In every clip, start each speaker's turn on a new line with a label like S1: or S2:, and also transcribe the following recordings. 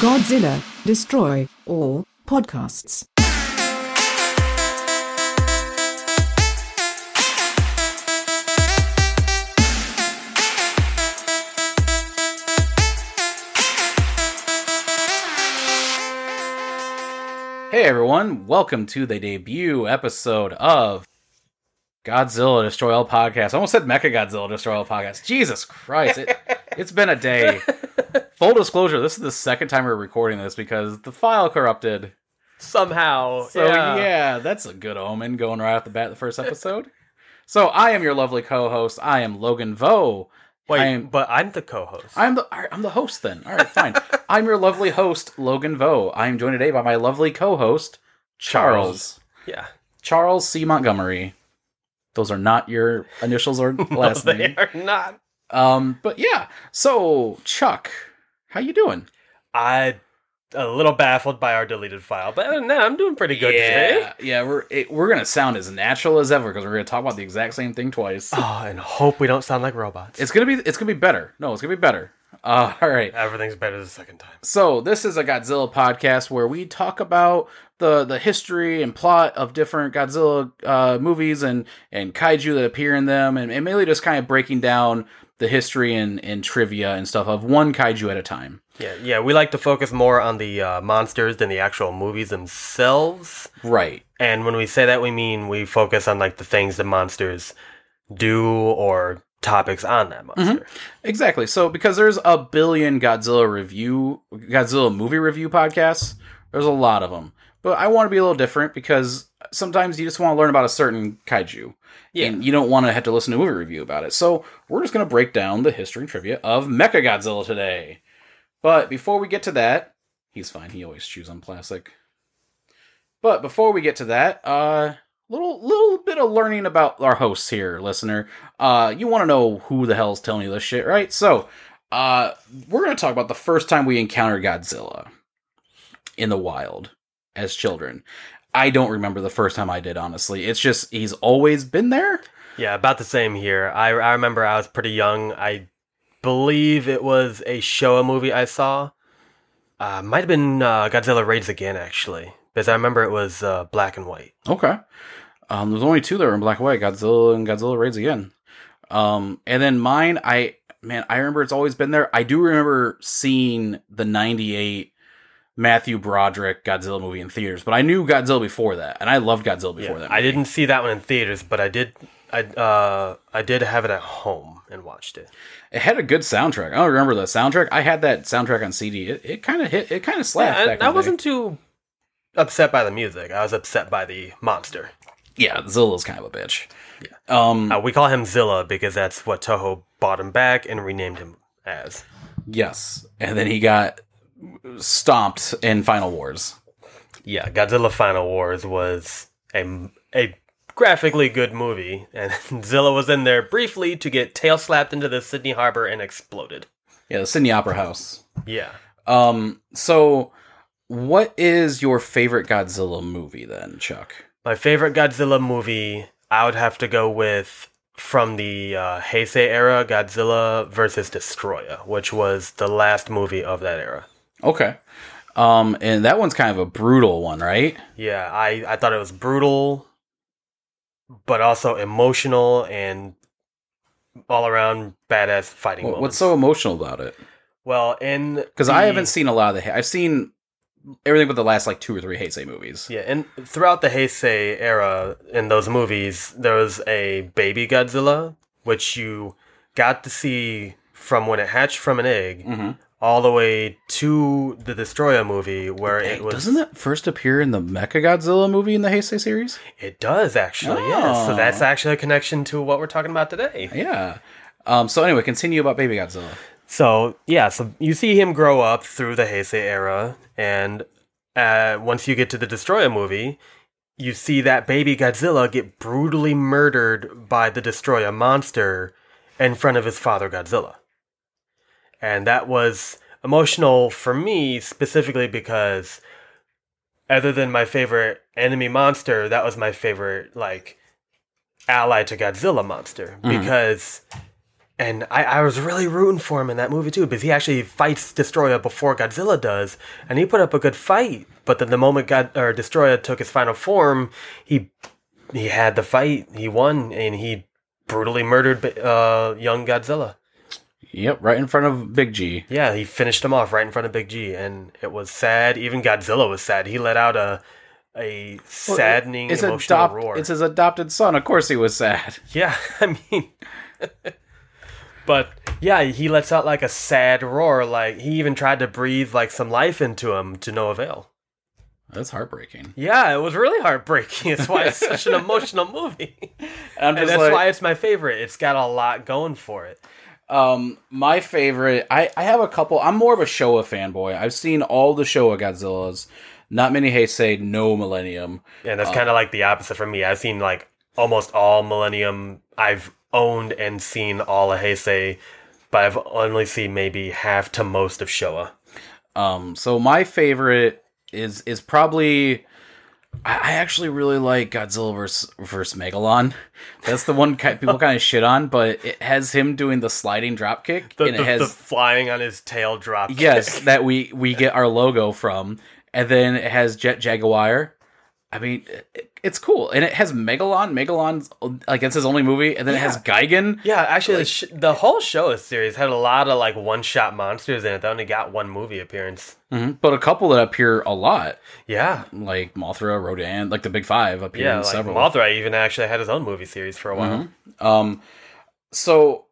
S1: Godzilla, Destroy, or podcasts.
S2: Hey everyone, welcome to the debut episode of Godzilla Destroy All Podcast. I almost said Mecha Godzilla Destroy All Podcast. Jesus Christ, it, it's been a day. Full disclosure, this is the second time we're recording this because the file corrupted.
S3: somehow.
S2: So yeah. that's a good omen going right off the bat the first episode. so I am your lovely co-host. I am Logan Vo.
S3: Wait,
S2: I am-
S3: but I'm the co-host.
S2: I'm the all right, I'm the host then. All right, fine. I'm your lovely host, Logan Vo. I am joined today by my lovely co-host, Charles.
S3: yeah.
S2: Charles C. Montgomery. Those are not your initials or last
S3: No,
S2: name.
S3: They are not.
S2: Um, but yeah. So Chuck, how you doing?
S3: I a little baffled by our deleted file, but other than that, I'm doing pretty good today.
S2: yeah. We're it, we're gonna sound as natural as ever because we're gonna talk about the exact same thing twice.
S3: Oh, and hope we don't sound like robots.
S2: It's gonna be it's gonna be better. No, it's gonna be better. Uh, all right.
S3: Everything's better the second time.
S2: So this is a Godzilla podcast where we talk about the the history and plot of different Godzilla uh, movies and and kaiju that appear in them, and, and mainly just kind of breaking down the history and, and trivia and stuff of one kaiju at a time.
S3: Yeah, yeah. We like to focus more on the uh, monsters than the actual movies themselves.
S2: Right.
S3: And when we say that, we mean we focus on like the things the monsters do or topics on that monster.
S2: Exactly. So because there's a billion Godzilla review, Godzilla movie review podcasts, there's a lot of them. But I want to be a little different because sometimes you just want to learn about a certain kaiju.
S3: Yeah.
S2: And you don't want to have to listen to a movie review about it. So we're just going to break down the history and trivia of Mechagodzilla today. But before we get to that, he's fine. He always chews on plastic. But before we get to that, uh, little little bit of learning about our hosts here, listener. Uh, you want to know who the hell's telling you this shit, right? So, uh, we're gonna talk about the first time we encountered Godzilla in the wild as children. I don't remember the first time I did, honestly. It's just he's always been there.
S3: Yeah, about the same here. I I remember I was pretty young. I believe it was a Showa movie I saw. Uh, might have been uh, Godzilla Raids Again actually, because I remember it was uh, black and white.
S2: Okay. Um, there's only two that were in black and white: Godzilla and Godzilla Raids Again. Um, and then mine, I man, I remember it's always been there. I do remember seeing the '98 Matthew Broderick Godzilla movie in theaters, but I knew Godzilla before that, and I loved Godzilla before
S3: Yeah,
S2: that.
S3: I
S2: movie.
S3: didn't see that one in theaters, but I did. I uh I did have it at home and watched it.
S2: It had a good soundtrack. I don't remember the soundtrack. I had that soundtrack on CD. It, it kind of hit. It kind of slapped.
S3: Yeah,
S2: back in
S3: I, I
S2: the day.
S3: wasn't too upset by the music. I was upset by the monster.
S2: Yeah, Zilla's kind of a bitch. Um.
S3: Uh, we call him Zilla because that's what Toho bought him back and renamed him as.
S2: Yes, and then he got stomped in Final Wars.
S3: yeah, Godzilla Final Wars was a, a graphically good movie, and Zilla was in there briefly to get tail slapped into the Sydney Harbor and exploded.
S2: Yeah, the Sydney Opera House.
S3: Yeah.
S2: Um, so what is your favorite Godzilla movie then, Chuck?
S3: My favorite Godzilla movie, I would have to go with from the uh, Heisei era Godzilla versus Destroyer, which was the last movie of that era.
S2: Okay. Um, and that one's kind of a brutal one, right?
S3: Yeah, I, I thought it was brutal, but also emotional and all around badass fighting
S2: Wha- What's
S3: moments.
S2: so emotional about it?
S3: Well, in
S2: Because I
S3: the-
S2: haven't seen a lot of the. I've seen everything but the last like two or three Heisei movies.
S3: Yeah, and throughout the Heisei era in those movies, there was a baby Godzilla, which you got to see from when it hatched from an egg
S2: Mm-hmm.
S3: all the way to the Destroyer movie, where it was.
S2: Doesn't that first appear in the Mecha Godzilla movie in the Heisei series?
S3: It does actually. Yes.
S2: Oh.
S3: So that's actually a connection to what we're talking about today.
S2: Yeah. Um, so anyway, continue about Baby Godzilla.
S3: So yeah, so you see him grow up through the Heisei era, and uh, once you get to the Destroyer movie, you see that baby Godzilla get brutally murdered by the Destroyer monster in front of his father Godzilla, and that was emotional for me specifically because, other than my favorite enemy monster, that was my favorite like ally to Godzilla monster
S2: Mhm.
S3: because And I, I was really rooting for him in that movie too, because he actually fights Destroyer before Godzilla does, and he put up a good fight. But then the moment God or Destroyer took his final form, he he had the fight, he won, and he brutally murdered uh, young Godzilla.
S2: Yep, right in front of Big G.
S3: Yeah, he finished him off right in front of Big G, and it was sad. Even Godzilla was sad. He let out a a saddening
S2: it's
S3: emotional
S2: adopt-
S3: roar.
S2: It's his adopted son. Of course, he was sad.
S3: Yeah, I mean, but yeah, he lets out like a sad roar. Like he even tried to breathe like some life into him to no avail.
S2: That's heartbreaking.
S3: Yeah, it was really heartbreaking. It's why it's such an emotional movie,
S2: I'm
S3: and
S2: just
S3: that's
S2: like-
S3: why it's my favorite. It's got a lot going for it.
S2: Um, my favorite. I I have a couple. I'm more of a Showa fanboy. I've seen all the Showa Godzillas. Not many Heisei, no Millennium.
S3: And that's kind of like the opposite for me. I've seen like almost all Millennium. I've owned and seen all of Heisei, but I've only seen maybe half to most of Showa.
S2: Um, so my favorite is is probably. I I actually really like Godzilla versus, versus Megalon. That's the one ki- people kind of shit on, but it has him doing the sliding drop kick,
S3: The,
S2: and it
S3: the-
S2: has
S3: the flying on his tail drop.
S2: yes that we we get our logo from and then it has jet jaguar i mean it, it's cool and it has megalon megalon's like it's his only movie and then it has geigen
S3: Yeah, actually, the, sh- the whole show is series had a lot of like one shot monsters in it. They only got one movie appearance.
S2: Mhm. but a couple that appear a lot
S3: Yeah,
S2: like mothra rodan like the big five appear
S3: yeah.
S2: in
S3: Like
S2: several
S3: Mothra even Mm-hmm. actually had his own movie series for a while.
S2: um so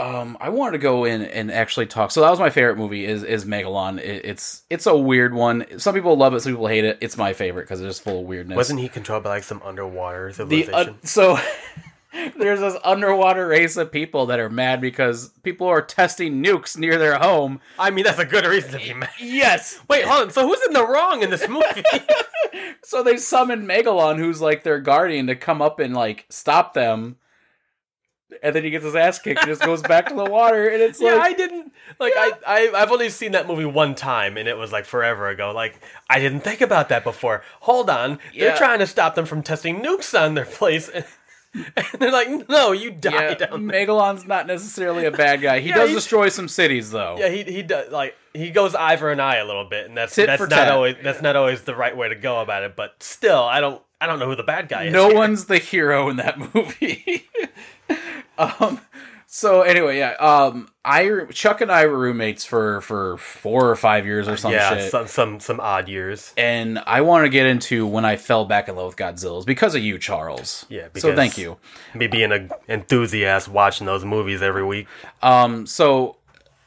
S2: um i wanted to go in and actually talk so that was my favorite movie is is megalon it, it's it's a weird one some people love it some people hate it it's my favorite because it's just full of weirdness
S3: Wasn't he controlled by like some underwater
S2: the
S3: civilization?
S2: uh, so there's this underwater race of people that are mad because people are testing nukes near their home.
S3: I mean, that's a good reason to be mad.
S2: Yes.
S3: Wait, hold on. So who's in the wrong in this movie?
S2: So they summon Megalon, who's like their guardian, to come up and like stop them. And then he gets his ass kicked and just goes back to the water. And it's
S3: yeah,
S2: like,
S3: I didn't. Like, I, I, I've only seen that movie one time, and it was like forever ago. Like, I didn't think about that before. Hold on,
S2: Yeah.
S3: they're trying to stop them from testing nukes on their place, and, they're like, "No, you die
S2: yeah,
S3: down
S2: Megalon's not necessarily a bad guy. He
S3: Yeah,
S2: does
S3: he's-
S2: destroy some cities, though.
S3: Yeah, he he does like he goes eye for an eye a little bit, and that's
S2: Tit
S3: that's
S2: for
S3: not
S2: tat.
S3: always that's not always the right way to go about it. But still, I don't I don't know who the bad guy is.
S2: no one's the hero in that movie. um, so anyway, yeah. Um, I Chuck and I were roommates for for four or five years or some
S3: yeah,
S2: shit.
S3: some some some odd years.
S2: and I want to get into when I fell back in love with Godzilla's because of you, Charles.
S3: Yeah,
S2: so
S3: because-
S2: thank you.
S3: Me being an enthusiast watching those movies every week.
S2: Um, so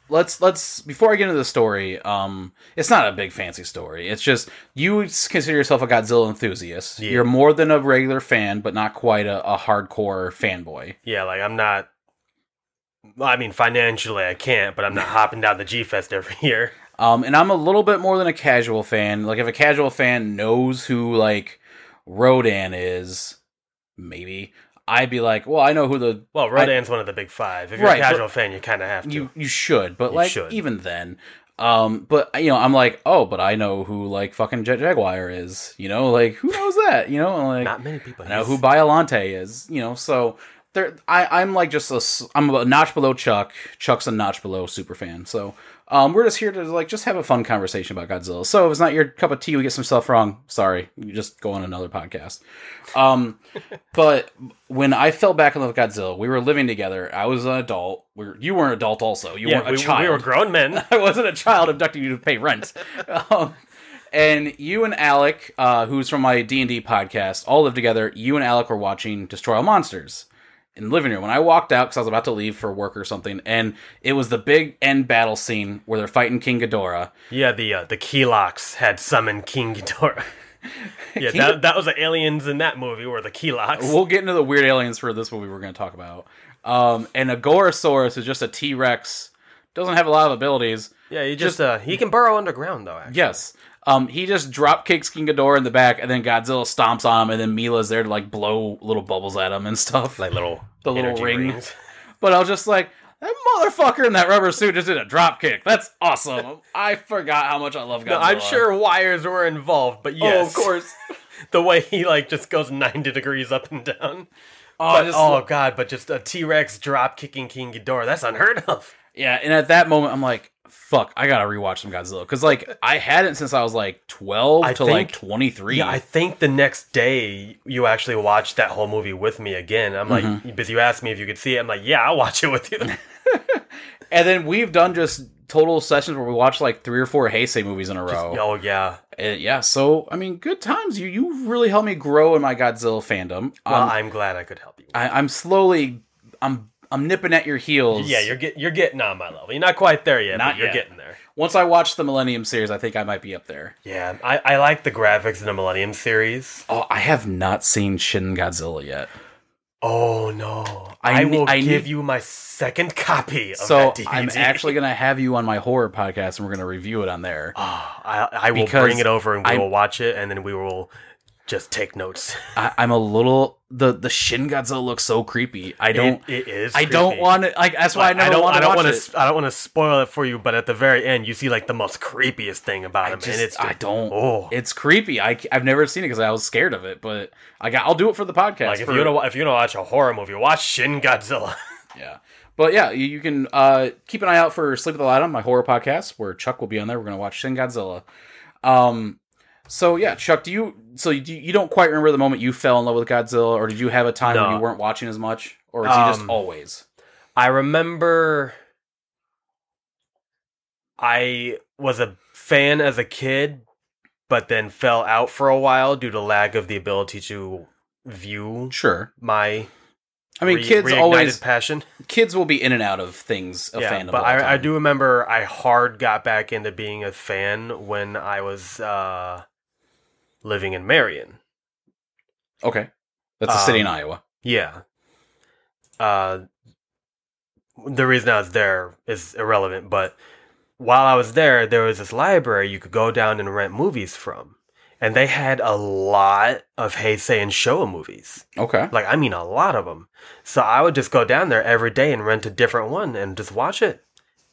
S2: let's let's before I get into the story. Um, it's not a big fancy story. It's just you consider yourself a Godzilla enthusiast. You're more than a regular fan, but not quite a, a hardcore fanboy.
S3: Yeah, like I'm not. well, I mean, financially I can't, but I'm not hopping down the G Fest every year.
S2: Um, and I'm a little bit more than a casual fan. Like, if a casual fan knows who like Rodan is, maybe I'd be like, well, I know who the
S3: Well, Rodan's one of the big five. If you're
S2: Right,
S3: a
S2: but-
S3: casual fan, you kind of have to.
S2: you you should, but like
S3: should.
S2: even then, um, but you know, I'm like, oh, but I know who like fucking Jet Jaguar is. You know, like who knows that? You know, I'm like
S3: not many people.
S2: I know
S3: use-
S2: who Biolante is. You know, so. There, I, I'm like just a, s- I'm a notch below Chuck. Chuck's a notch below super fan. So, um, we're just here to like just have a fun conversation about Godzilla. So if it's not your cup of tea, we get some stuff wrong. Sorry, you just go on another podcast. Um, but when I fell back in love with Godzilla, we were living together. I was an adult. We were, you were an adult also. You
S3: Yeah,
S2: weren't a
S3: we,
S2: child.
S3: we were grown men.
S2: I wasn't a child abducting you to pay rent. um, and you and Alec, uh, who's from my D and D podcast, all live together. You and Alec were watching Destroy All Monsters in the living room. And I walked out because I was about to leave for work or something, and it was the big end battle scene where they're fighting King Ghidorah.
S3: Yeah, the uh, the Keelocks had summoned King Ghidorah. yeah, that, that was the aliens in that movie were the Keelocks.
S2: We'll get into the weird aliens for this movie we're going to talk about. Um, and Agorosaurus is just a T Rex. Doesn't have a lot of abilities.
S3: yeah, he just, uh, he can burrow underground though. Actually.
S2: Yes. Um, he just drop kicks King Ghidorah in the back, and then Godzilla stomps on him, and then Mila's there to like blow little bubbles at him and stuff.
S3: like little
S2: The little
S3: energy
S2: ring.
S3: rings.
S2: But I was just like, that motherfucker in that rubber suit just did a drop kick. That's awesome. I forgot how much I love Godzilla.
S3: No, I'm sure wires were involved, but
S2: Oh,
S3: yes,
S2: of course.
S3: the way he like just goes ninety degrees up and down.
S2: Oh,
S3: But,
S2: this-
S3: oh god, but just a T Rex drop kicking King Ghidorah. That's unheard of.
S2: yeah. And at that moment, I'm like, fuck, I gotta rewatch some Godzilla because like I hadn't since I was like 12
S3: I
S2: to like
S3: think-
S2: 23.
S3: Yeah, I think the next day you actually watched that whole movie with me again. I'm like, because you asked me if you could see it. I'm like, yeah, I'll watch it with you.
S2: and then we've done just total sessions where we watch like three or four Heisei movies in a row.
S3: oh yeah.
S2: And yeah, so I mean, good times. You you really helped me grow in my Godzilla fandom.
S3: Well,
S2: Um,
S3: I'm glad I could help you.
S2: I, I'm slowly, I'm I'm nipping at your heels.
S3: yeah, you're get, you're getting on my level. You're not quite there yet,
S2: Not
S3: but you're
S2: yet.
S3: getting there.
S2: Once I watch the Millennium series, I think I might be up there.
S3: Yeah, I, I like the graphics in the Millennium series.
S2: Oh, I have not seen Shin Godzilla yet.
S3: Oh no!
S2: I
S3: I,
S2: ne-
S3: will
S2: I
S3: give
S2: need-
S3: you my second copy of
S2: So
S3: that DVD.
S2: I'm actually gonna have you on my horror podcast, and we're gonna review it on there.
S3: Ah, I, I will
S2: Because
S3: bring it over and we
S2: I'm-
S3: will watch it, and then we will just take notes.
S2: I, I'm a little the the Shin Godzilla looks so creepy. I don't.
S3: it is.
S2: I don't
S3: creepy.
S2: want to. Like that's why I
S3: Like,
S2: never want
S3: I
S2: to
S3: don't
S2: watch
S3: wanna
S2: it.
S3: s- I don't want to spoil it for you, but at the very end, you see like the most creepiest thing about
S2: I
S3: him,
S2: just,
S3: and it's
S2: I don't.
S3: oh,
S2: It's creepy. I, have never seen it because I was scared of it, but I got, I'll do it for the podcast.
S3: like if
S2: for-
S3: you don't if you don't watch a horror movie, watch Shin Godzilla.
S2: yeah. But yeah, you, you can uh, keep an eye out for Sleep with the Light on, my horror podcast, where Chuck will be on there. We're going to watch Shin Godzilla. Um, so yeah, Chuck, do you, so you, you don't quite remember the moment you fell in love with Godzilla, or did you have a time
S3: No.
S2: when you weren't watching as much? Or is he just
S3: Um,
S2: always?
S3: I remember I was a fan as a kid, but then fell out for a while due to lack of the ability to view
S2: Sure.
S3: my
S2: I mean,
S3: re-
S2: kids
S3: reignited
S2: always,
S3: passion.
S2: kids will be in and out of things, of fandom.
S3: but
S2: all the
S3: I, I
S2: time.
S3: do remember I hard got back into being a fan when I was uh, living in Marion.
S2: Okay. That's a city in
S3: Um,
S2: Iowa.
S3: Yeah. Uh, the reason I was there is irrelevant, but while I was there, there was this library you could go down and rent movies from. And they had a lot of Heisei and Showa movies.
S2: Okay.
S3: Like, I mean, a lot of them. So I would just go down there every day and rent a different one and just watch it.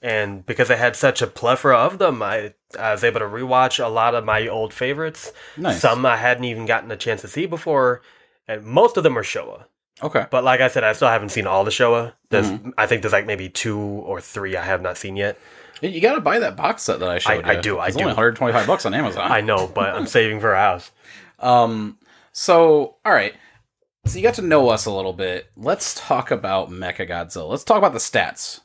S3: And because I had such a plethora of them, I, I was able to rewatch a lot of my old favorites.
S2: Nice.
S3: Some I hadn't even gotten a chance to see before. And most of them are Showa.
S2: Okay.
S3: But like I said, I still haven't seen all the Showa. There's,
S2: Mm-hmm.
S3: I think there's like maybe two or three I have not seen yet.
S2: You gotta buy that box set that I showed
S3: I
S2: you.
S3: do, I
S2: it's
S3: do.
S2: Only 125 bucks on Amazon.
S3: I know, but I'm saving for a house.
S2: um. So, all right. So you got to know us a little bit. Let's talk about Mecha Godzilla. Let's talk about the stats.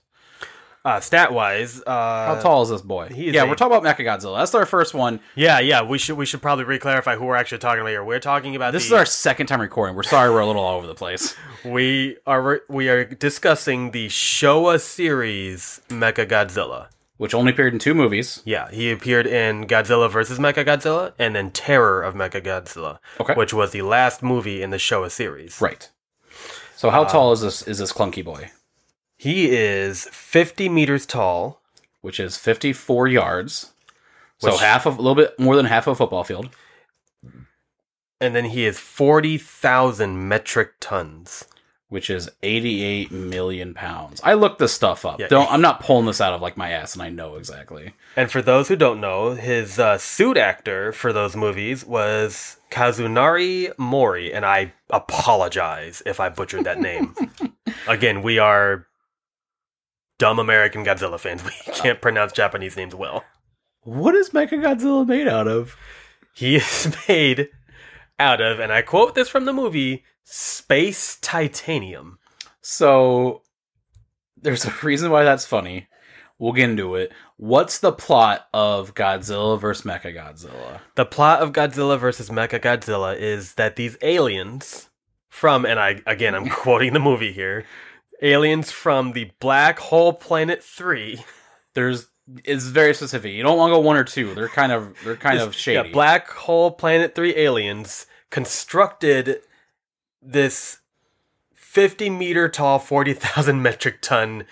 S3: Uh, stat wise, uh,
S2: How tall is this boy?
S3: he is
S2: yeah,
S3: a-
S2: we're talking about Mecha Godzilla. That's our first one.
S3: yeah, yeah, we should we should probably reclarify who we're actually talking about here. We're talking about
S2: This
S3: the,
S2: is our second time recording. We're sorry we're a little all over the place.
S3: We are we are discussing the Showa series Mecha Godzilla.
S2: Which only appeared in two movies.
S3: Yeah, he appeared in Godzilla vs. Mecha Godzilla and then Terror of Mecha Godzilla,
S2: Okay.
S3: which was the last movie in the Showa series.
S2: Right. So
S3: Uh,
S2: how tall is this is this clunky boy?
S3: He is 50 meters tall.
S2: Which is 54 yards. So
S3: Which-
S2: half of a little bit more than half of a football field.
S3: And then he is 40,000 metric tons.
S2: which is 88 million pounds. I looked this stuff up.
S3: Yeah.
S2: Don't I'm not pulling this out of like my ass and I know exactly.
S3: And for those who don't know, his uh, suit actor for those movies was Kazunari Mori, and I apologize if I butchered that name. Again, we are dumb American Godzilla fans. We can't pronounce Japanese names well.
S2: What is Mechagodzilla made out of?
S3: He is made out of, and I quote this from the movie, space titanium.
S2: So there's a reason why that's funny. We'll get into it. What's the plot of Godzilla versus Mechagodzilla?
S3: The plot of Godzilla vs. Mechagodzilla is that these aliens from, and I again I'm quoting the movie here, aliens from the black hole planet three,
S2: There's it's very specific. You don't want to go one or two. They're kind of they're kind of shady.
S3: yeah, black hole planet three aliens constructed this fifty meter tall, forty thousand metric ton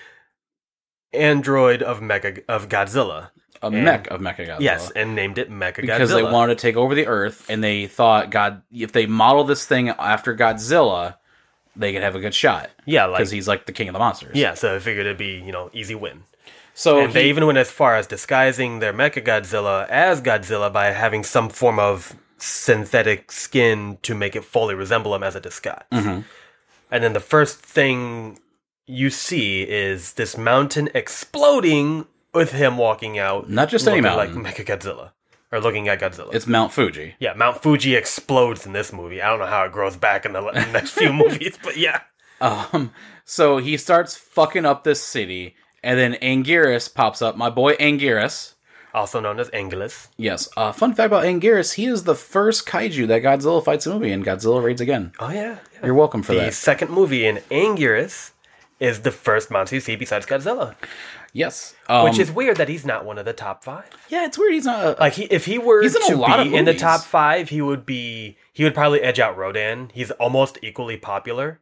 S3: android of Mega of Godzilla.
S2: a mech of Mechagodzilla.
S3: Yes, and named it Mechagodzilla.
S2: Uh-huh. because they wanted to take over the Earth, and they thought God, if they model this thing after Godzilla, they could have a good shot
S3: yeah, like
S2: because he's like the king of the monsters.
S3: yeah, so I figured it'd be you know easy win.
S2: So
S3: and they
S2: he-
S3: even went as far as disguising their Mecha Godzilla as Godzilla by having some
S2: Mm-hmm.
S3: form of synthetic skin to make it fully resemble him as a disguise. And then the first thing you see is this mountain exploding with him walking out.
S2: Not just any
S3: looking
S2: mountain.
S3: Like Mechagodzilla. Or looking at Godzilla.
S2: It's Mount Fuji.
S3: yeah, Mount Fuji explodes in this movie. I don't know how it grows back in the le- next few movies, but yeah.
S2: Um, so he starts fucking up this city, and then Anguirus pops up. My boy Anguirus.
S3: Also known as Angelus.
S2: Yes. Uh, fun fact about Anguirus: he is the first kaiju that Godzilla fights in a movie, and Godzilla raids again.
S3: Oh, yeah. yeah.
S2: You're welcome for
S3: the
S2: that.
S3: second movie in Anguirus is the first monster you see besides Godzilla,
S2: Yes. Um,
S3: which is weird that he's not one of the top five.
S2: yeah, it's weird. He's not. A,
S3: Like he, if he were
S2: He's in a
S3: to
S2: lot
S3: be
S2: of
S3: in the
S2: movies.
S3: top five, he would be. He would probably edge out Rodan. He's almost equally popular.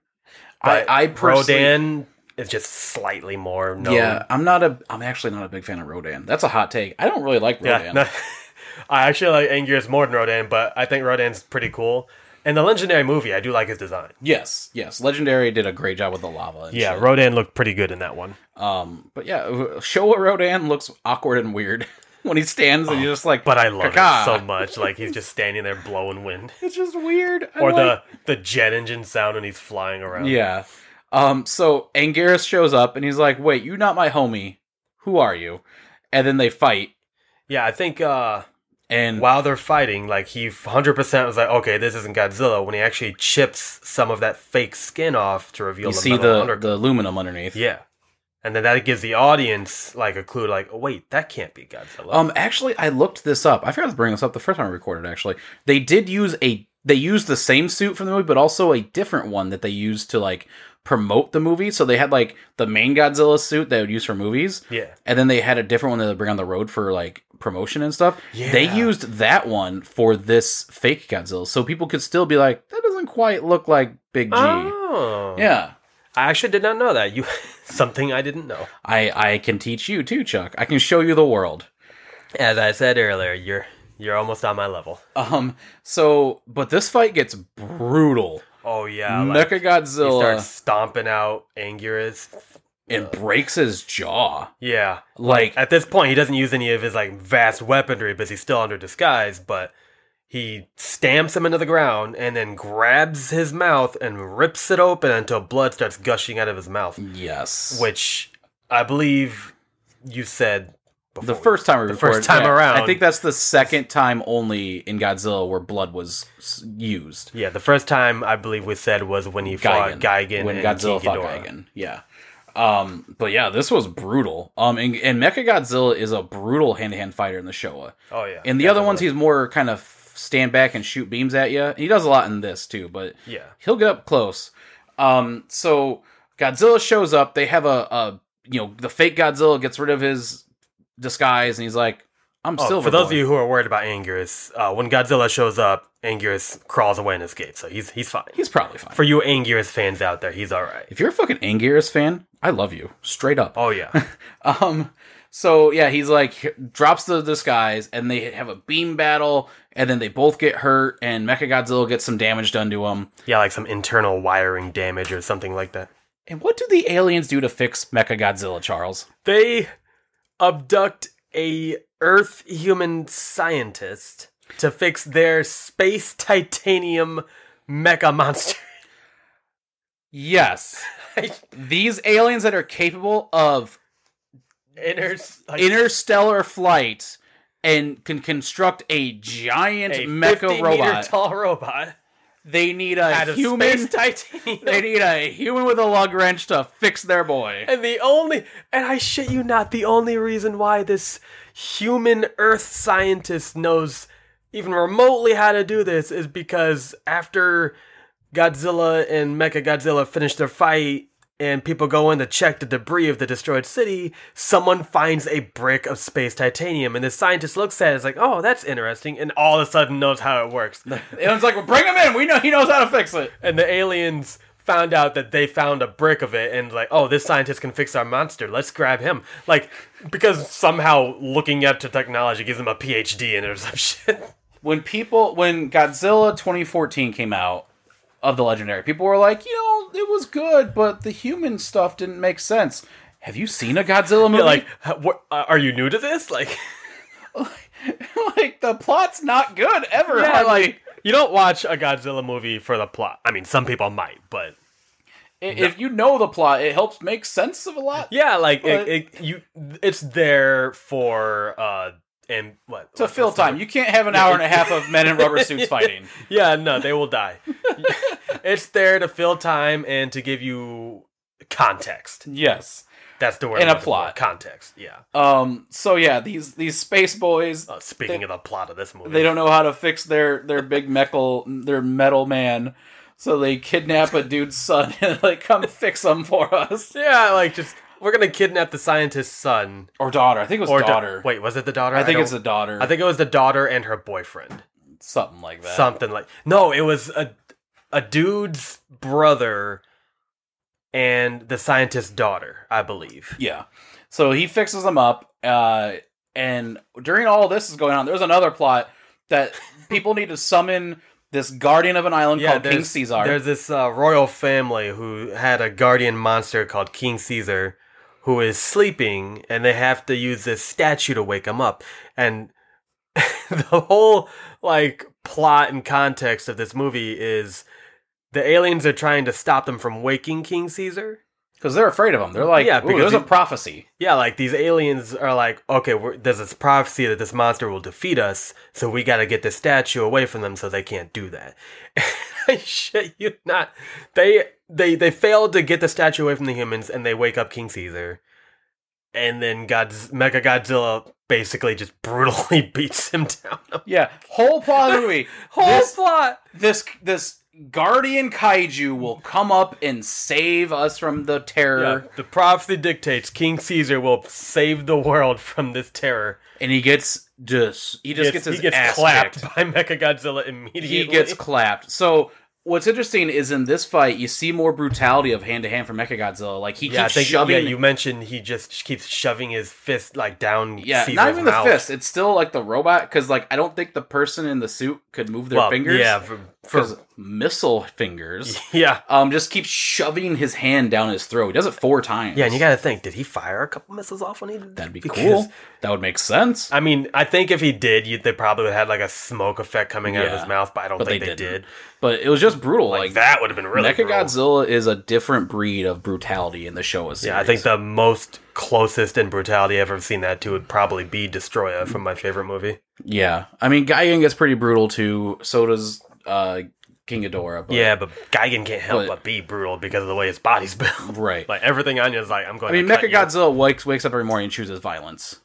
S2: I, I personally,
S3: Rodan is just slightly more known.
S2: Yeah, I'm not a. I'm actually not a big fan of Rodan. That's a hot take. I don't really like
S3: Yeah,
S2: Rodan.
S3: no. I actually like Anguirus more than Rodan, but I think Rodan's pretty cool. And the legendary movie, I do like his design.
S2: Yes, yes. Legendary did a great job with the lava. And
S3: Yeah,
S2: shit.
S3: Rodan looked pretty good in that one.
S2: Um, but yeah, Showa Rodan looks awkward and weird when he stands and he's just like.
S3: Oh, But I love
S2: "Caca."
S3: it so much. Like he's just standing there blowing wind.
S2: It's just weird. I
S3: or
S2: like-
S3: the the jet engine sound when he's flying around.
S2: yeah. Um. So Anguirus shows up and he's like, "Wait, you're not my homie. Who are you?" And then they fight.
S3: yeah. I think uh,
S2: And
S3: while they're fighting, like he hundred percent was like, okay, this isn't Godzilla. When he actually chips some of that fake skin off to reveal
S2: you
S3: the
S2: see
S3: metal
S2: the
S3: undercoat.
S2: the aluminum underneath.
S3: yeah, and then that gives the audience like a clue, like, oh, wait, that can't be Godzilla.
S2: Um, actually, I looked this up. I forgot to bring this up the first time I recorded. Actually, they did use a they used the same suit from the movie, but also a different one that they used to like promote the movie. So they had like the main Godzilla suit they would use for movies,
S3: yeah,
S2: and then they had a different one that they bring on the road for like promotion and stuff. They
S3: Yeah.
S2: used that one for this fake Godzilla, so people could still be like, that doesn't quite look like Big G.
S3: oh,
S2: Yeah,
S3: I actually did not know that. You something I didn't know.
S2: I I can teach you too, Chuck. I can show you the world.
S3: As I said earlier, you're you're almost on my level.
S2: Um, so but this fight gets brutal.
S3: Oh yeah, like, he
S2: Mechagodzilla
S3: starts stomping out Anguirus.
S2: and breaks his jaw.
S3: Yeah,
S2: Like
S3: at this point he doesn't use any of his like vast weaponry because he's still under disguise but he stamps him into the ground and then grabs his mouth and rips it open until blood starts gushing out of his mouth
S2: yes,
S3: which i believe you said before
S2: the first time we
S3: the
S2: recorded,
S3: first time
S2: yeah,
S3: around.
S2: I think that's the second time only in Godzilla where blood was s- used.
S3: yeah the first time i believe we said was when he fought Gigan
S2: when
S3: and
S2: Godzilla fought
S3: Ghidorah.
S2: Gigan, yeah. Um, but yeah, this was brutal. Um, and, and Mechagodzilla is a brutal hand-to-hand fighter in the Showa.
S3: oh yeah
S2: In the other ones, he's more kind of stand back and shoot beams at you. He does a lot in this too, but
S3: yeah
S2: he'll get up close. Um, so Godzilla shows up. They have a, a you know the fake Godzilla gets rid of his disguise and he's like, "I'm
S3: Oh,
S2: Silver."
S3: for those
S2: Boy."
S3: of you who are worried about Anguirus, uh, when Godzilla shows up, Anguirus crawls away and escapes, so he's he's fine.
S2: he's probably fine.
S3: for you Anguirus fans out there, he's all right.
S2: if you're a fucking Anguirus fan, I love you straight up.
S3: Oh yeah,
S2: Um, so yeah, he's like drops the disguise, and they have a beam battle, and then they both get hurt, and Mechagodzilla gets some damage done to him.
S3: yeah, like some internal wiring damage or something like that.
S2: And what do the aliens do to fix Mechagodzilla, Charles?
S3: They abduct a Earth human scientist to fix their space titanium mecha monster.
S2: Yes, these aliens that are capable of
S3: Inner, like,
S2: interstellar flight and can construct a giant
S3: a
S2: mecha
S3: 50
S2: robot.
S3: meter tall robot
S2: they need
S3: out
S2: a
S3: of
S2: human.
S3: space titanium.
S2: They need a human with a lug wrench to fix their boy.
S3: And the only, and I shit you not, the only reason why this human earth scientist knows even remotely how to do this is because after Godzilla and Mechagodzilla finish their fight and people go in to check the debris of the destroyed city, someone finds a brick of space titanium and the scientist looks at it and is like, oh, that's interesting, and all of a sudden knows how it works.
S2: And it's like, well, bring him in. We know he knows how to fix it.
S3: and the aliens found out that they found a brick of it and like oh this scientist can fix our monster let's grab him like because somehow looking up to technology gives him a phd in it or some shit
S2: When people, when Godzilla 2014 came out of the legendary, people were like, you know, it was good, but the human stuff didn't make sense. Have you seen a Godzilla movie?
S3: like h- what, uh, are you new to this like
S2: like the plot's not good ever.
S3: yeah,
S2: hardly.
S3: like you don't watch a godzilla movie for the plot i mean some people might but
S2: I- If you know the plot, it helps make sense of a lot.
S3: Yeah, like
S2: But-
S3: it, it, you, it's there for uh and what
S2: To
S3: what-
S2: fill time, you can't have an hour and a half of men in rubber suits fighting.
S3: Yeah, no, they will die. it's there to fill time and to give you context.
S2: Yes.
S3: That's the word.
S2: And a
S3: I'm looking for,
S2: plot.
S3: context. Yeah.
S2: Um. So yeah, these these space boys,
S3: Uh, speaking of the plot of this movie,
S2: they don't know how to fix their their big meckle their metal man, so they kidnap a dude's son and like come fix him for us
S3: Yeah, like just we're gonna kidnap the scientist's son
S2: or daughter. I think it was
S3: or da-
S2: daughter.
S3: wait, was it the daughter?
S2: I think it's
S3: don't-
S2: a daughter.
S3: I think it was the daughter and her boyfriend.
S2: something like that.
S3: Something like no, it was a a dude's brother and the scientist's daughter, I believe.
S2: Yeah. So he fixes them up, uh, and during all this is going on, there's another plot that people need to summon this guardian of an island called King
S3: there's-
S2: Caesar.
S3: There's this uh, royal family who had a guardian monster called King Caesar who is sleeping, and they have to use this statue to wake him up. And the whole like plot and context of this movie is the aliens are trying to stop them from waking King Caesar.
S2: because they're afraid of him. They're like,
S3: Yeah,
S2: "Ooh,
S3: because
S2: there's a
S3: he-
S2: prophecy.
S3: Yeah, like these aliens are like, okay, we're, there's this prophecy that this monster will defeat us, so we got to get this statue away from them so they can't do that. I shit you not. They they they failed to get the statue away from the humans, and they wake up King Caesar, and then God's Mega Godzilla basically just brutally beats him down.
S2: Yeah, whole plot of the movie.
S3: Whole
S2: this,
S3: plot.
S2: this this guardian kaiju will come up and save us from the terror,
S3: The prophecy dictates King Caesar will save the world from this terror.
S2: and he gets just he just gets, his
S3: he gets
S2: ass
S3: clapped
S2: kicked.
S3: by Mecha Godzilla immediately.
S2: he gets clapped. So what's interesting is in this fight, you see more brutality of hand to hand from Mechagodzilla. Like he
S3: yeah, I
S2: keeps
S3: think
S2: shoving.
S3: yeah, you mentioned he just sh- keeps shoving his fist like down.
S2: Yeah,
S3: Caesar's
S2: not even
S3: mouth.
S2: the fist. It's still like the robot because like I don't think the person in the suit could move their
S3: Well,
S2: fingers.
S3: Yeah, for,
S2: because
S3: for
S2: missile fingers.
S3: yeah,
S2: Um, just keeps shoving his hand down his throat. He does it four times.
S3: yeah. And you got to think, did he fire a couple missiles off when he did?
S2: that'd be
S3: Because-
S2: cool. That would make sense.
S3: I mean, I think if he did, you, they probably would have had like a smoke effect coming out of
S2: Yeah,
S3: his mouth, but I don't
S2: but
S3: think
S2: they
S3: they,
S2: didn't.
S3: did.
S2: But it was just brutal. Like,
S3: Like that would have been really. brutal.
S2: Mechagodzilla is a different breed of brutality in the show.
S3: Yeah, I think the most closest in brutality I've ever seen that to would probably be Destroya from my favorite movie.
S2: Yeah, I mean, Gaigan gets pretty brutal too. So does uh, King Ghidorah. But,
S3: yeah, but Gigan can't help
S2: but-
S3: but, be brutal because of the way his body's built.
S2: right.
S3: Like everything on you is like, I'm
S2: I
S3: going.
S2: mean,
S3: to cut you.
S2: Mechagodzilla wakes wakes up every morning and chooses violence.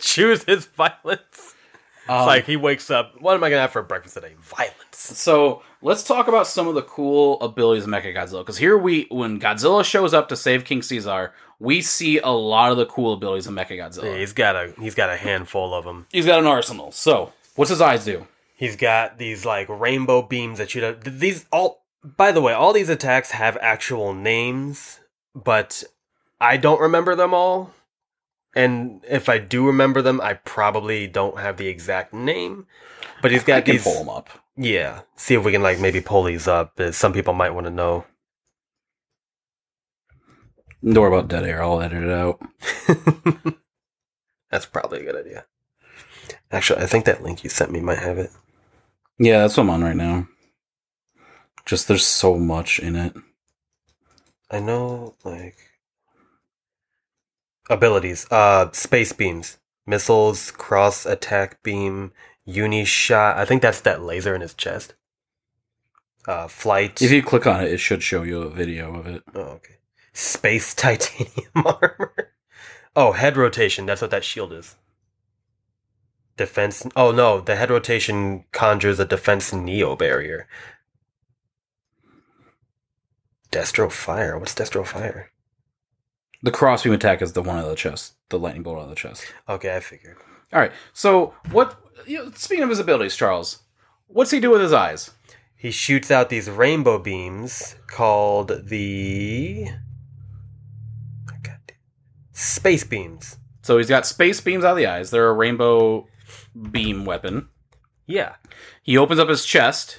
S3: choose his violence.
S2: Um,
S3: It's like he wakes up. What am I gonna have for breakfast today? Violence.
S2: so let's talk about some of the cool abilities of Mechagodzilla. Because here we, when Godzilla shows up to save King Caesar, we see a lot of the cool abilities of Mechagodzilla.
S3: Yeah, he's got a he's got a handful of them.
S2: He's got an arsenal. So what's his eyes do?
S3: He's got these like rainbow beams that shoot up. Th- These all. By the way, all these attacks have actual names, but I don't remember them all. And if I do remember them, I probably don't have the exact name. But he's got
S2: I can
S3: these.
S2: pull him up.
S3: Yeah. See if we can like maybe pull these up. Uh, Some people might want to know.
S2: Don't worry about dead air. I'll edit it out.
S3: That's probably a good idea. Actually, I think that link you sent me might have it.
S2: Yeah, that's what I'm on right now. Just there's so much in it.
S3: I know, like abilities: uh, space beams, missiles, cross attack beam, uni shot. I think that's that laser in his chest. Uh, flight.
S2: If you click on it, it should show you a video of it.
S3: oh, okay. Space titanium armor. Oh, head rotation. That's what that shield is. Defense. Oh no, the head rotation conjures a defense neo barrier. Destro fire. What's Destro fire?
S2: The crossbeam attack is the one out of the chest, the lightning bolt out of the chest.
S3: Okay, I figured.
S2: All right. So what? You know, speaking of his abilities, Charles, what's he do with his eyes?
S3: He shoots out these rainbow beams called the God damn- space beams.
S2: So he's got space beams out of the eyes. They're a rainbow beam weapon.
S3: Yeah,
S2: He opens up his chest,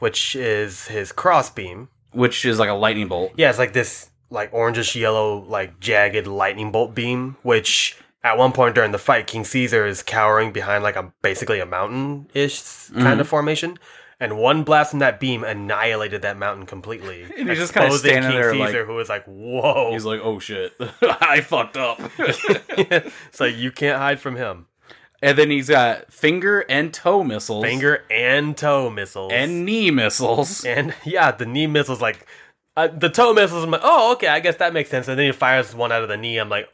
S3: which is his cross beam.
S2: which is like a lightning bolt.
S3: Yeah, it's like this like orangish yellow like jagged lightning bolt beam which at one point during the
S2: Mm-hmm.
S3: fight King Caesar is cowering behind like a basically a mountain-ish kind of formation and one blast from that beam annihilated that mountain completely.
S2: And he's just kinda
S3: exposing
S2: standing
S3: King
S2: there, like-
S3: Caesar, who was like, "Whoa!"
S2: He's like, oh shit, I fucked up.
S3: it's like you can't hide from him.
S2: and then he's got finger and toe missiles,
S3: Finger and toe missiles,
S2: and knee missiles.
S3: and yeah, the knee missiles like uh, the toe missiles. I'm like, oh, okay, I guess that makes sense. And then he fires one out of the knee. I'm like,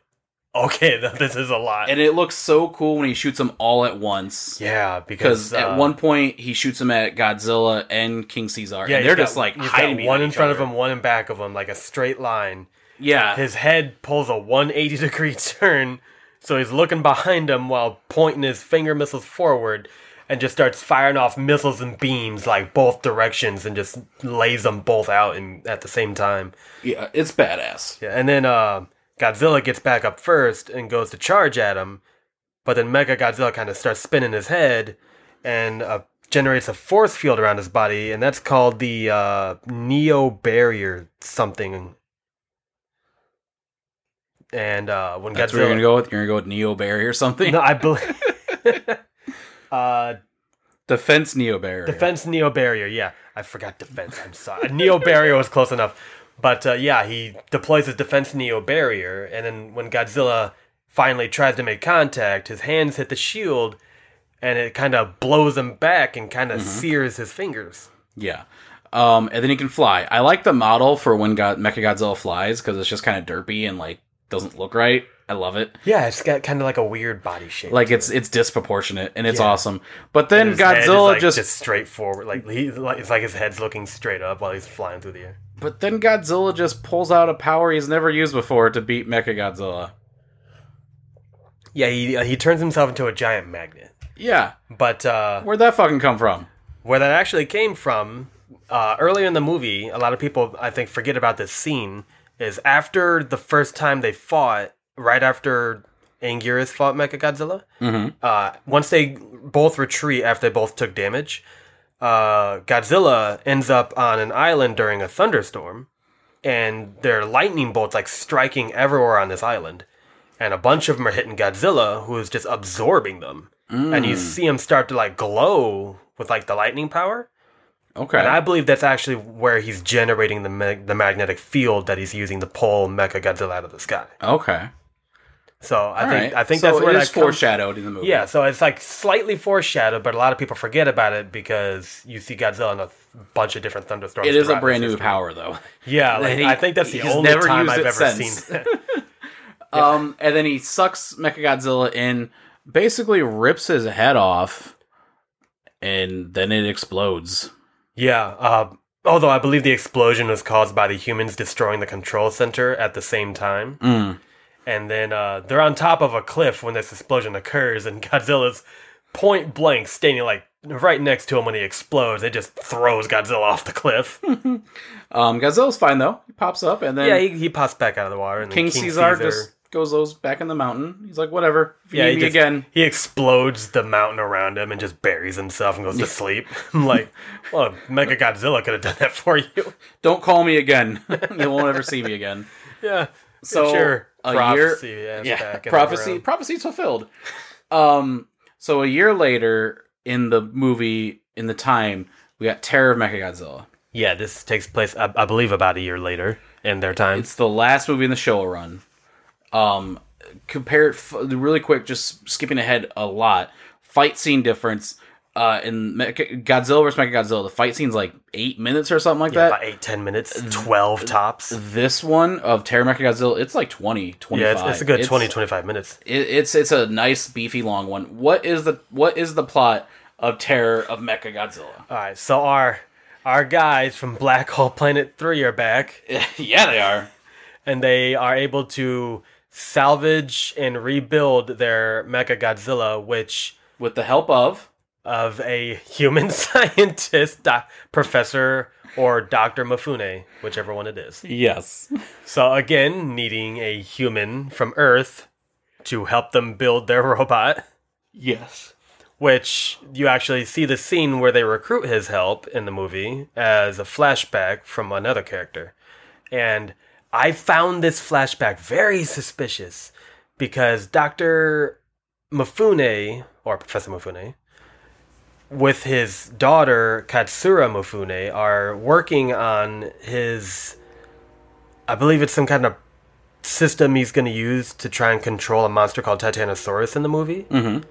S3: okay, th- this is a lot.
S2: And it looks so cool when he shoots them all at once.
S3: yeah, because
S2: Because at
S3: uh,
S2: one point he shoots them at Godzilla and King Caesar,
S3: yeah,
S2: and they're
S3: he's got-
S2: just like
S3: he's got
S2: hiding
S3: one
S2: behind
S3: in
S2: each
S3: front of
S2: other.
S3: him, one in back of him, like a straight line.
S2: Yeah,
S3: his head pulls a 180 degree turn so he's looking behind him while pointing his finger missiles forward and just starts firing off missiles and beams like both directions and just lays them both out in, at the same time
S2: yeah, it's badass.
S3: yeah, and then uh, godzilla gets back up first and goes to charge at him but then mega godzilla kind of starts spinning his head and uh, generates a force field around his body and that's called the uh, neo barrier something and uh, when
S2: That's what
S3: godzilla
S2: you're gonna go with. You're gonna go with Neo Barrier or something.
S3: no, I believe. uh,
S2: Defense Neo Barrier.
S3: defense Neo Barrier. Yeah, I forgot defense. I'm sorry. Neo Barrier was close enough, but uh, yeah, he deploys his defense Neo Barrier, and then when Godzilla finally tries to make contact, his hands hit the shield, and it kind of blows him back and kind of sears his fingers.
S2: Yeah. Um, and then he can fly. I like the model for when God- Mechagodzilla flies because it's just kind of derpy and like doesn't look right. I love it.
S3: Yeah, it's got kind of like a weird body shape.
S2: Like it's it's disproportionate and it's
S3: Yeah.
S2: awesome. But then
S3: His head is,
S2: Godzilla
S3: like,
S2: just,
S3: just straightforward. Like, he, like it's like his head's looking straight up while he's flying through the air.
S2: but then Godzilla just pulls out a power he's never used before to beat Mechagodzilla.
S3: Yeah, he uh, he turns himself into a giant magnet.
S2: Yeah.
S3: But uh,
S2: Where'd that fucking come from?
S3: where that actually came from, uh, earlier in the movie, a lot of people I think forget about this scene is after the first time they fought, right after Anguirus fought Mechagodzilla. Uh, once they both retreat after they both took damage, uh, Godzilla ends up on an island during a thunderstorm, and there are lightning bolts like striking everywhere on this island, and a bunch of them are hitting Godzilla, who is just absorbing them, and
S2: Mm.
S3: you see him start to like glow with like the lightning power,
S2: Okay.
S3: and I believe that's actually where he's generating the mag- the magnetic field that he's using to pull Mechagodzilla out of the sky.
S2: okay.
S3: So I
S2: All
S3: think
S2: right.
S3: I think
S2: So
S3: that's where
S2: it
S3: that
S2: is
S3: comes
S2: foreshadowed in the movie.
S3: yeah, so it's like slightly foreshadowed, but a lot of people forget about it because you see Godzilla in a th- bunch of different thunderstorms.
S2: It is a
S3: throughout
S2: brand
S3: his
S2: new
S3: history.
S2: power though.
S3: Yeah, like,
S2: He-
S3: I think that's the
S2: he's
S3: only
S2: never
S3: time
S2: used
S3: I've
S2: it
S3: ever
S2: since.
S3: seen.
S2: Um, and then he sucks Mechagodzilla in, basically rips his head off, and then it explodes.
S3: yeah, uh, although I believe the explosion was caused by the humans destroying the control center at the same time,
S2: Mm.
S3: and then uh, they're on top of a cliff when this explosion occurs, and Godzilla's point blank standing like right next to him when he explodes. It just throws Godzilla off the cliff.
S2: Hmm. Um, Godzilla's fine though. He pops up, and then
S3: yeah, he, he pops back out of the water, and then
S2: King,
S3: King
S2: Caesar,
S3: Caesar
S2: just goes those back in the mountain. He's like, whatever. If you
S3: Yeah,
S2: need
S3: he
S2: me
S3: just-
S2: again,
S3: He explodes the mountain around him and just buries himself and goes to sleep. I'm like, well, Mega Godzilla could have done that for you.
S2: don't call me again. you won't ever see me again.
S3: Yeah.
S2: So
S3: sure.
S2: a
S3: prophecy,
S2: year,
S3: yeah, it's
S2: yeah,
S3: back in the
S2: prophecy,
S3: room.
S2: prophecy's fulfilled. Um, so a year later in the movie, in the time, we got Terror of Mechagodzilla.
S3: Yeah, this takes place, I, I believe, about a year later in their time.
S2: It's the last movie in the show run. Um, compare it f- really quick, just skipping ahead a lot. Fight scene difference. Uh, in Mecha- Godzilla vs. Mechagodzilla, the fight scene's like eight minutes or something like that.
S3: about eight, ten minutes,
S2: uh,
S3: twelve tops.
S2: This one of Terror Mechagodzilla, it's like 20, 25.
S3: Yeah, it's, it's a good twenty, twenty-five 20, 25 minutes.
S2: it- it's it's a nice beefy long one. What is the what is the plot of Terror of Mechagodzilla?
S3: All right, so our our guys from Black Hole Planet Three are back.
S2: yeah, they are.
S3: and they are able to salvage and rebuild their Mecha Godzilla, which
S2: With the help of
S3: of a human scientist, doc, professor or Dr. Mafune, whichever one it is.
S2: yes,
S3: So again, needing a human from Earth to help them build their robot,
S2: yes,
S3: which you actually see the scene where they recruit his help in the movie as a flashback from another character. And I found this flashback very suspicious because Dr. Mafune, or Professor Mafune, with his daughter Katsura Mufune are working on his I believe it's some kind of system he's going to use to try and control a monster called Titanosaurus in the movie.
S2: Mhm.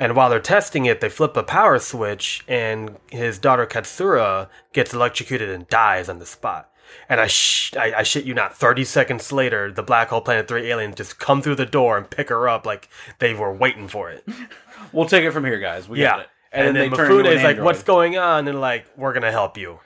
S3: And while they're testing it, they flip a power switch and his daughter Katsura gets electrocuted and dies on the spot. And I, sh- I, I shit you not, 30 seconds later, the Black Hole Planet 3 aliens just come through the door and pick her up like they were waiting for it.
S2: We'll take it from here, guys. We
S3: Yeah.
S2: got it.
S3: And, then,
S2: they turn into
S3: Mifune
S2: an
S3: is like, what's
S2: android.
S3: going on? And like, we're going to help you.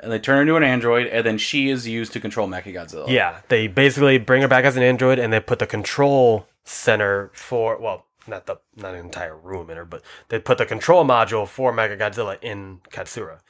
S2: and they turn her into an android, and then she is used to control Mechagodzilla.
S3: Yeah, they basically bring her back as an android, and they put the control center for well, not the not an entire room in her, but they put the control module for Mega Godzilla in Katsura.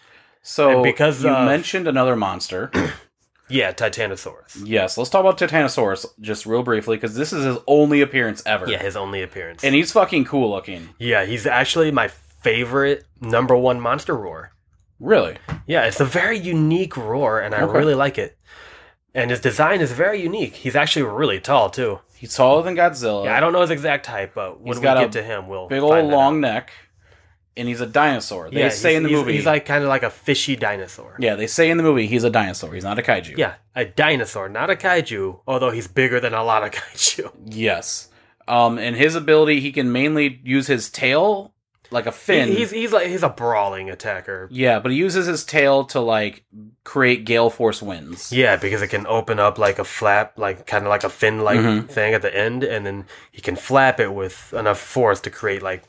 S2: So
S3: And because
S2: because you
S3: of-
S2: mentioned another monster,
S3: Yeah, Titanosaurus.
S2: yes, let's talk about Titanosaurus just real briefly because this is his only appearance ever.
S3: Yeah, his only appearance.
S2: and he's fucking cool looking.
S3: yeah, he's actually my favorite number one monster roar.
S2: Really,
S3: Yeah, it's a very unique roar, and I
S2: Okay.
S3: really like it. And his design is very unique. He's actually really tall too.
S2: he's taller than Godzilla.
S3: Yeah, I don't know his exact height, but when
S2: He's
S3: we
S2: got a
S3: get to him, we'll
S2: big
S3: find
S2: old
S3: that out.
S2: long neck, and he's a dinosaur. They say
S3: he's-
S2: in the
S3: he's-
S2: movie,
S3: he's like kind of like a fishy dinosaur.
S2: yeah, they say in the movie he's a dinosaur. He's not a kaiju.
S3: Yeah, a dinosaur, not a kaiju, although he's bigger than a lot of kaiju.
S2: Yes. Um, and his ability, he can mainly use his tail like a fin.
S3: He- he's he's like he's a brawling attacker.
S2: yeah, but he uses his tail to like create gale force winds.
S3: Yeah, because it can open up like a flap, like kind of like a fin like
S2: Mhm.
S3: thing at the end, and then he can flap it with enough force to create like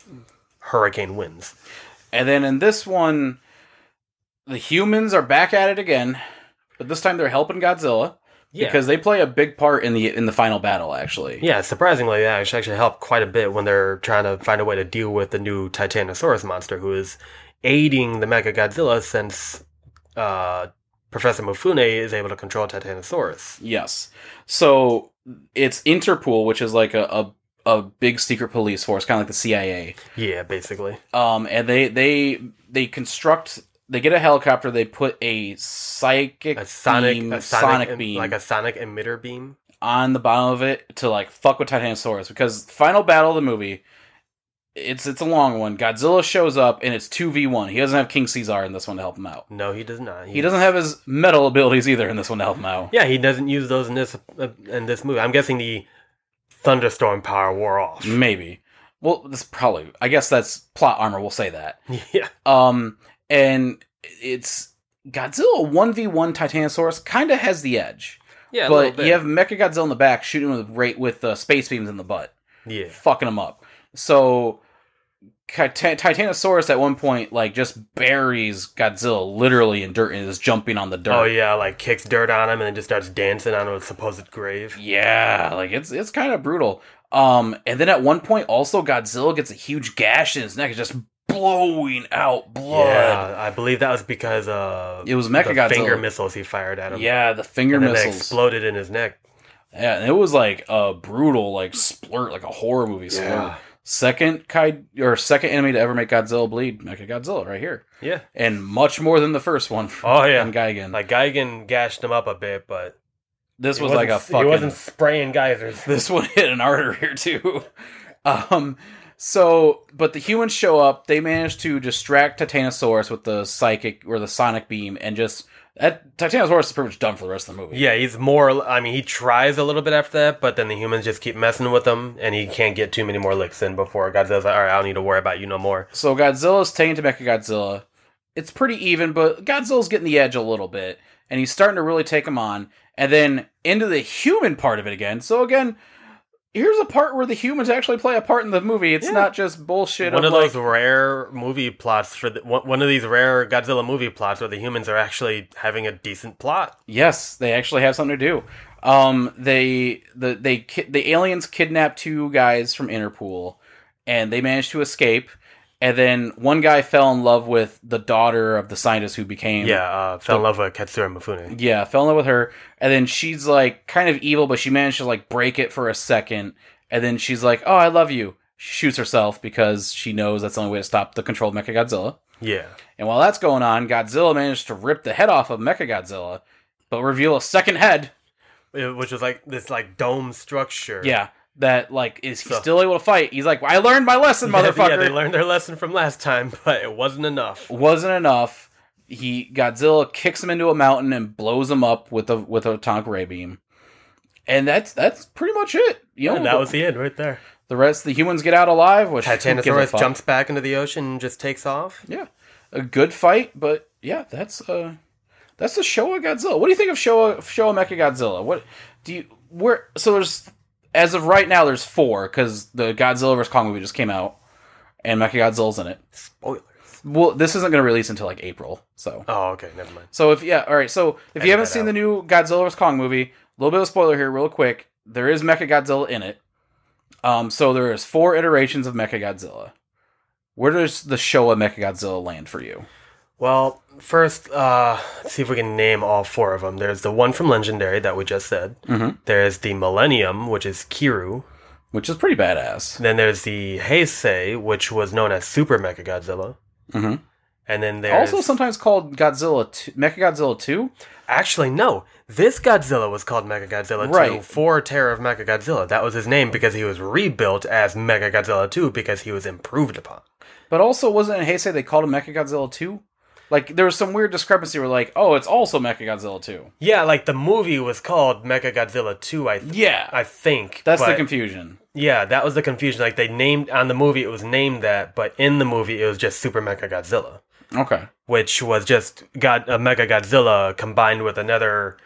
S3: hurricane winds.
S2: And then in this one, the humans are back at it again, but this time they're helping Godzilla
S3: Yeah.
S2: because they play a big part in the in the final battle. Actually,
S3: yeah, surprisingly, that actually actually helped quite a bit when they're trying to find a way to deal with the new Titanosaurus monster, who is aiding the Mecha Godzilla since uh, Professor Mufune is able to control Titanosaurus.
S2: yes. So it's Interpol, which is like a a, a big secret police force, kind of like the CIA.
S3: Yeah, basically.
S2: um, and they they they construct they get a helicopter they put a psychic
S3: a sonic,
S2: beam,
S3: a sonic,
S2: sonic,
S3: em-
S2: beam
S3: like a sonic emitter beam.
S2: on the bottom of it to like fuck with titanosaurus because final battle of the movie it's it's a long one godzilla shows up and it's 2v1 he doesn't have king caesar in this one to help him out
S3: No, he does not.
S2: he doesn't have his metal abilities either in this one to help him out
S3: Yeah, he doesn't use those in this uh, in this movie. I'm guessing the thunderstorm power wore off.
S2: maybe well this probably i guess that's plot armor we'll say that
S3: yeah,
S2: um and it's godzilla 1v1 titanosaurus kind of has the edge
S3: yeah,
S2: but you have Mechagodzilla in the back shooting him with ra- with uh, space beams in the butt,
S3: yeah,
S2: fucking him up. So Kit- Titanosaurus at one point like just buries Godzilla literally in dirt and is jumping on the dirt.
S3: oh yeah, like kicks dirt on him and then just starts dancing on a supposed grave.
S2: yeah, like it's it's kind of brutal. Um, and then at one point also Godzilla gets a huge gash in his neck, it's just blowing out blood.
S3: Yeah, I believe that was because uh,
S2: It was
S3: the
S2: Mechagodzilla.
S3: finger missiles he fired at him.
S2: yeah, the finger
S3: and then they
S2: missiles.
S3: exploded in his neck.
S2: Yeah, and it was like a brutal, like splurt, like a horror movie splurt.
S3: Yeah.
S2: Second kind or second enemy to ever make Godzilla bleed, Mecha Godzilla, right here,
S3: Yeah,
S2: and much more than the first one. From
S3: Oh, yeah.
S2: Geigen. Like
S3: like Geigen gashed him up a bit, but
S2: this
S3: he
S2: was like a
S3: wasn't- he
S2: fucking.
S3: wasn't spraying geysers.
S2: This one hit an artery or two. Um, so but the humans show up. They manage to distract Titanosaurus with the psychic or the sonic beam, and just that Titanosaurus is pretty much done for the rest of the movie.
S3: Yeah, he's more. I mean, he tries a little bit after that, but then the humans just keep messing with him, and he can't get too many more licks in before Godzilla's like, "All right, I don't need to worry about you no more."
S2: So Godzilla's taking to Mechagodzilla. It's pretty even, but Godzilla's getting the edge a little bit, and he's starting to really take him on. And then into the human part of it again. So again, here's a part where the humans actually play a part in the movie. It's
S3: Yeah.
S2: not just bullshit.
S3: One
S2: of
S3: of
S2: like,
S3: those rare movie plots for the, one one of these rare Godzilla movie plots where the humans are actually having a decent plot.
S2: Yes, they actually have something to do. Um, they the they ki- the aliens kidnap two guys from Interpol, and they managed to escape. And then one guy fell in love with the daughter of the scientist who became
S3: Yeah, uh, fell in love with Katsura Mifune.
S2: Yeah, fell in love with her, and then she's like kind of evil, but she managed to like break it for a second, and then she's like, "Oh, I love you." She shoots herself because she knows that's the only way to stop the control of Mechagodzilla.
S3: Yeah,
S2: And while that's going on, Godzilla managed to rip the head off of Mechagodzilla, but reveal a second head.
S3: It- which was like this like dome structure.
S2: Yeah, that like is he
S3: So-
S2: still able to fight? He's like, I learned my lesson, motherfucker.
S3: Yeah, they learned their lesson from last time, but it wasn't enough.
S2: wasn't enough. He Godzilla kicks him into a mountain and blows him up with a with a atomic ray beam, and that's that's pretty much it. You know,
S3: And that was the end right there.
S2: the rest. of The humans get out alive, which who gives a
S3: Titanosaurus
S2: fuck?
S3: jumps back into the ocean and just takes off.
S2: Yeah, a good fight, but yeah, that's uh, that's the Showa Godzilla. What do you think of Showa Showa Mecha Godzilla? What do you where? So there's as of right now, there's four because the Godzilla vs Kong movie just came out, and Mecha Godzilla's in it.
S3: Spoilers.
S2: Well, this isn't going to release until like April, so
S3: Oh, okay, never mind.
S2: So if yeah, all right. So if you haven't
S3: that
S2: seen
S3: out.
S2: the new Godzilla vs Kong movie, a little bit of spoiler here, real quick. There is Mechagodzilla in it. Um, so there is four iterations of Mechagodzilla. Where does the Showa Mechagodzilla land for you?
S3: Well, first, uh, let's see if we can name all four of them. There's the one from Legendary that we just said.
S2: Mhm.
S3: There's the Millennium, which is Kiru.
S2: Which is pretty badass.
S3: Then there's the Heisei, which was known as Super Mechagodzilla.
S2: Mhm.
S3: And then there's
S2: Also, sometimes called Godzilla two, Mechagodzilla Two.
S3: Actually, no. This Godzilla was called Mechagodzilla 2
S2: Right.
S3: for Terror of Mechagodzilla. That was his name because he was rebuilt as Mechagodzilla 2 because he was improved upon.
S2: But also, wasn't in Heisei they called him Mechagodzilla Two? Like there was some weird discrepancy. Where like, oh, it's also Mechagodzilla Two.
S3: Yeah, like the movie was called Mechagodzilla 2, I, th-
S2: Yeah,
S3: I think.
S2: that's the
S3: but-
S2: confusion.
S3: Yeah, that was the confusion. Like they named on the movie it was named that, but in the movie it was just Super Mechagodzilla,
S2: Okay.
S3: which was just God a Mega Godzilla combined with another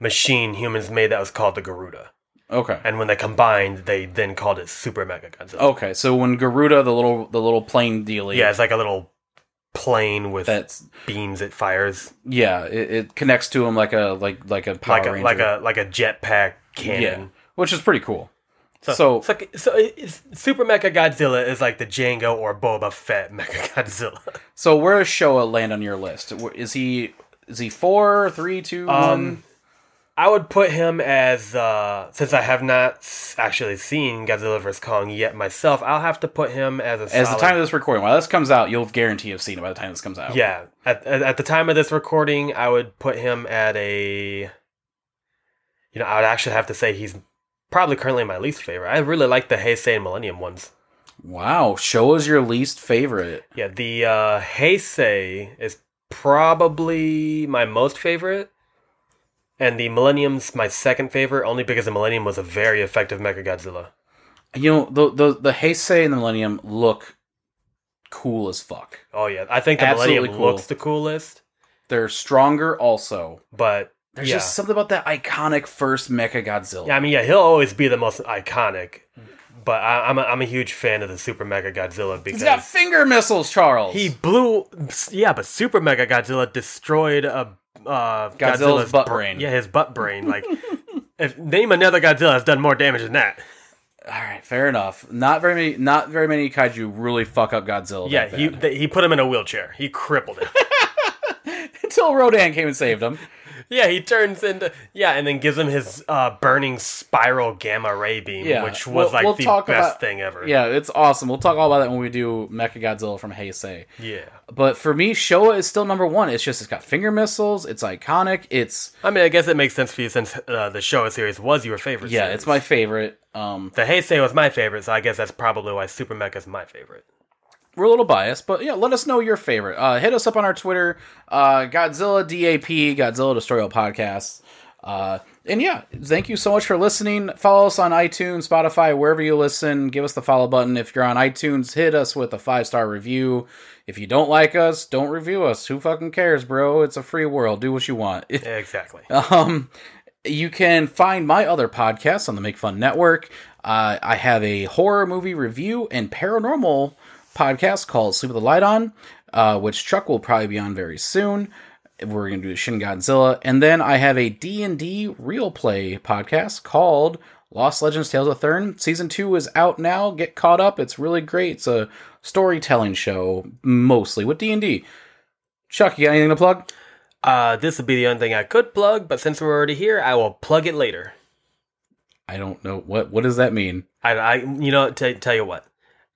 S3: machine humans made that was called the Garuda.
S2: Okay.
S3: And when they combined, they then called it Super Mega Godzilla.
S2: Okay, so when Garuda, the little the little plane dealy,
S3: Yeah, it's like a little plane with
S2: that's
S3: beams it fires,
S2: yeah, it, it connects to him like a like like a Power
S3: like a
S2: Ranger,
S3: like a like a jetpack
S2: yeah,
S3: cannon.
S2: which is pretty cool. So,
S3: it's like, so it- it's, Super Mecha Godzilla is like the Django or Boba Fett Mecha Godzilla.
S2: so where does Showa land on your list? Wh- Is he is he four, three, two, one?
S3: Um, I would put him as uh, since I have not s- actually seen Godzilla vs Kong yet myself. I'll have to put him as a
S2: As
S3: solid,
S2: the time of this recording, while this comes out, you'll guarantee have seen it by the time this comes out.
S3: yeah at, at at the time of this recording, I would put him at a you know I would actually have to say he's probably currently my least favorite. I really like the Heisei and Millennium ones.
S2: Wow, Showa's your least favorite.
S3: Yeah, the uh, Heisei is probably my most favorite. And the Millennium's my second favorite, only because the Millennium was a very effective Mechagodzilla.
S2: You know the the the Heisei and the Millennium look cool as fuck.
S3: Oh yeah, I think the
S2: Absolutely
S3: Millennium
S2: cool.
S3: looks the coolest,
S2: They're stronger, also.
S3: but
S2: There's
S3: yeah.
S2: just something about that iconic first Mecha Godzilla.
S3: yeah, I mean, yeah, he'll always be the most iconic. But I, I'm a, I'm a huge fan of the Super Mega Godzilla
S2: He's got
S3: because
S2: finger missiles, Charles.
S3: he blew. Yeah, but Super Mega Godzilla destroyed a uh,
S2: Godzilla's butt brain.
S3: Yeah, his butt brain. Like, if name another Godzilla has done more damage than that.
S2: All right, fair enough. Not very many. Not very many kaiju really fuck up Godzilla.
S3: Yeah,
S2: that
S3: he
S2: bad.
S3: th- he put him in a wheelchair. He crippled him.
S2: until Rodan came and saved him.
S3: yeah, he turns into yeah, and then gives him his uh, burning spiral gamma ray beam,
S2: Yeah,
S3: which was
S2: we'll-
S3: like
S2: we'll
S3: the
S2: talk
S3: best
S2: about-
S3: thing ever.
S2: Yeah, it's awesome. We'll talk all about that when we do Mecha Godzilla from Heisei.
S3: yeah.
S2: But for me, Showa is still number one. It's just it's got finger missiles. It's iconic. It's
S3: I mean, I guess it makes sense for you since uh, the Showa series was your favorite.
S2: yeah,
S3: series.
S2: it's my favorite. Um,
S3: the Heisei was my favorite, so I guess that's probably why Super Mecha is my favorite.
S2: we're a little biased, but yeah, let us know your favorite. Uh, hit us up on our Twitter, uh, Godzilla DAP, Godzilla Destroy All Podcasts. Uh, and yeah, thank you so much for listening. Follow us on iTunes, Spotify, wherever you listen. Give us the follow button. If you're on iTunes, hit us with a five star review. If you don't like us, don't review us. Who fucking cares, bro? It's a free world. Do what you want.
S3: Exactly.
S2: Um, you can find my other podcasts on the Make Fun Network. Uh, I have a horror movie review and paranormal podcast called Sleep with the Light On, uh, which Chuck will probably be on very soon. We're going to do Shin Godzilla, and then I have a D and D real play podcast called Lost Legends: Tales of Thurn. Season two is out now. Get caught up; it's really great. It's a storytelling show mostly with D and D. Chuck, you got anything to plug?
S3: Uh, this would be the only thing I could plug, but since we're already here, I will plug it later.
S2: I don't know what what does that mean.
S3: I, I you know, t- tell you what.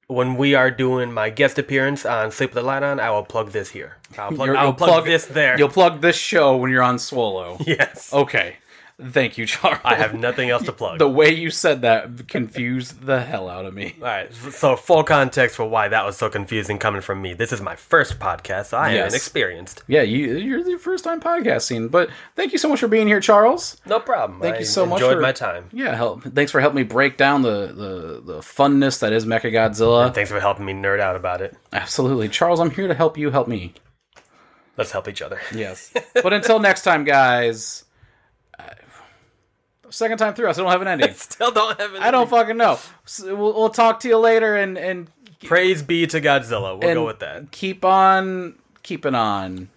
S3: When we are doing my guest appearance on Sleep with the Light On, I will plug this here. I'll plug,
S2: You'll-
S3: I'll
S2: you'll
S3: plug,
S2: plug-
S3: this there.
S2: You'll plug this show when you're on Swallow.
S3: yes.
S2: Okay. Thank you, Charles.
S3: I have nothing else to plug.
S2: The way you said that confused the hell out of me.
S3: All right. s- So, full context for why that was so confusing coming from me. This is my first podcast. So I am
S2: Yes.
S3: inexperienced.
S2: Yeah, you, you're the first time podcasting, but thank you so much for being here, Charles.
S3: No problem.
S2: Thank
S3: I
S2: you so much
S3: Enjoyed
S2: for-
S3: my time.
S2: Yeah, help. Thanks for helping me break down the the the funness that is Mechagodzilla.
S3: Thanks for helping me nerd out about it.
S2: Absolutely, Charles. I'm here to help you. Help me.
S3: Let's help each other.
S2: Yes. but until next time, guys. I, second time through, I still don't have an ending.
S3: Still don't have. An
S2: I don't fucking know. So we'll, we'll talk to you later, and and
S3: Praise be to Godzilla. We'll
S2: and
S3: go with that.
S2: Keep on keeping on.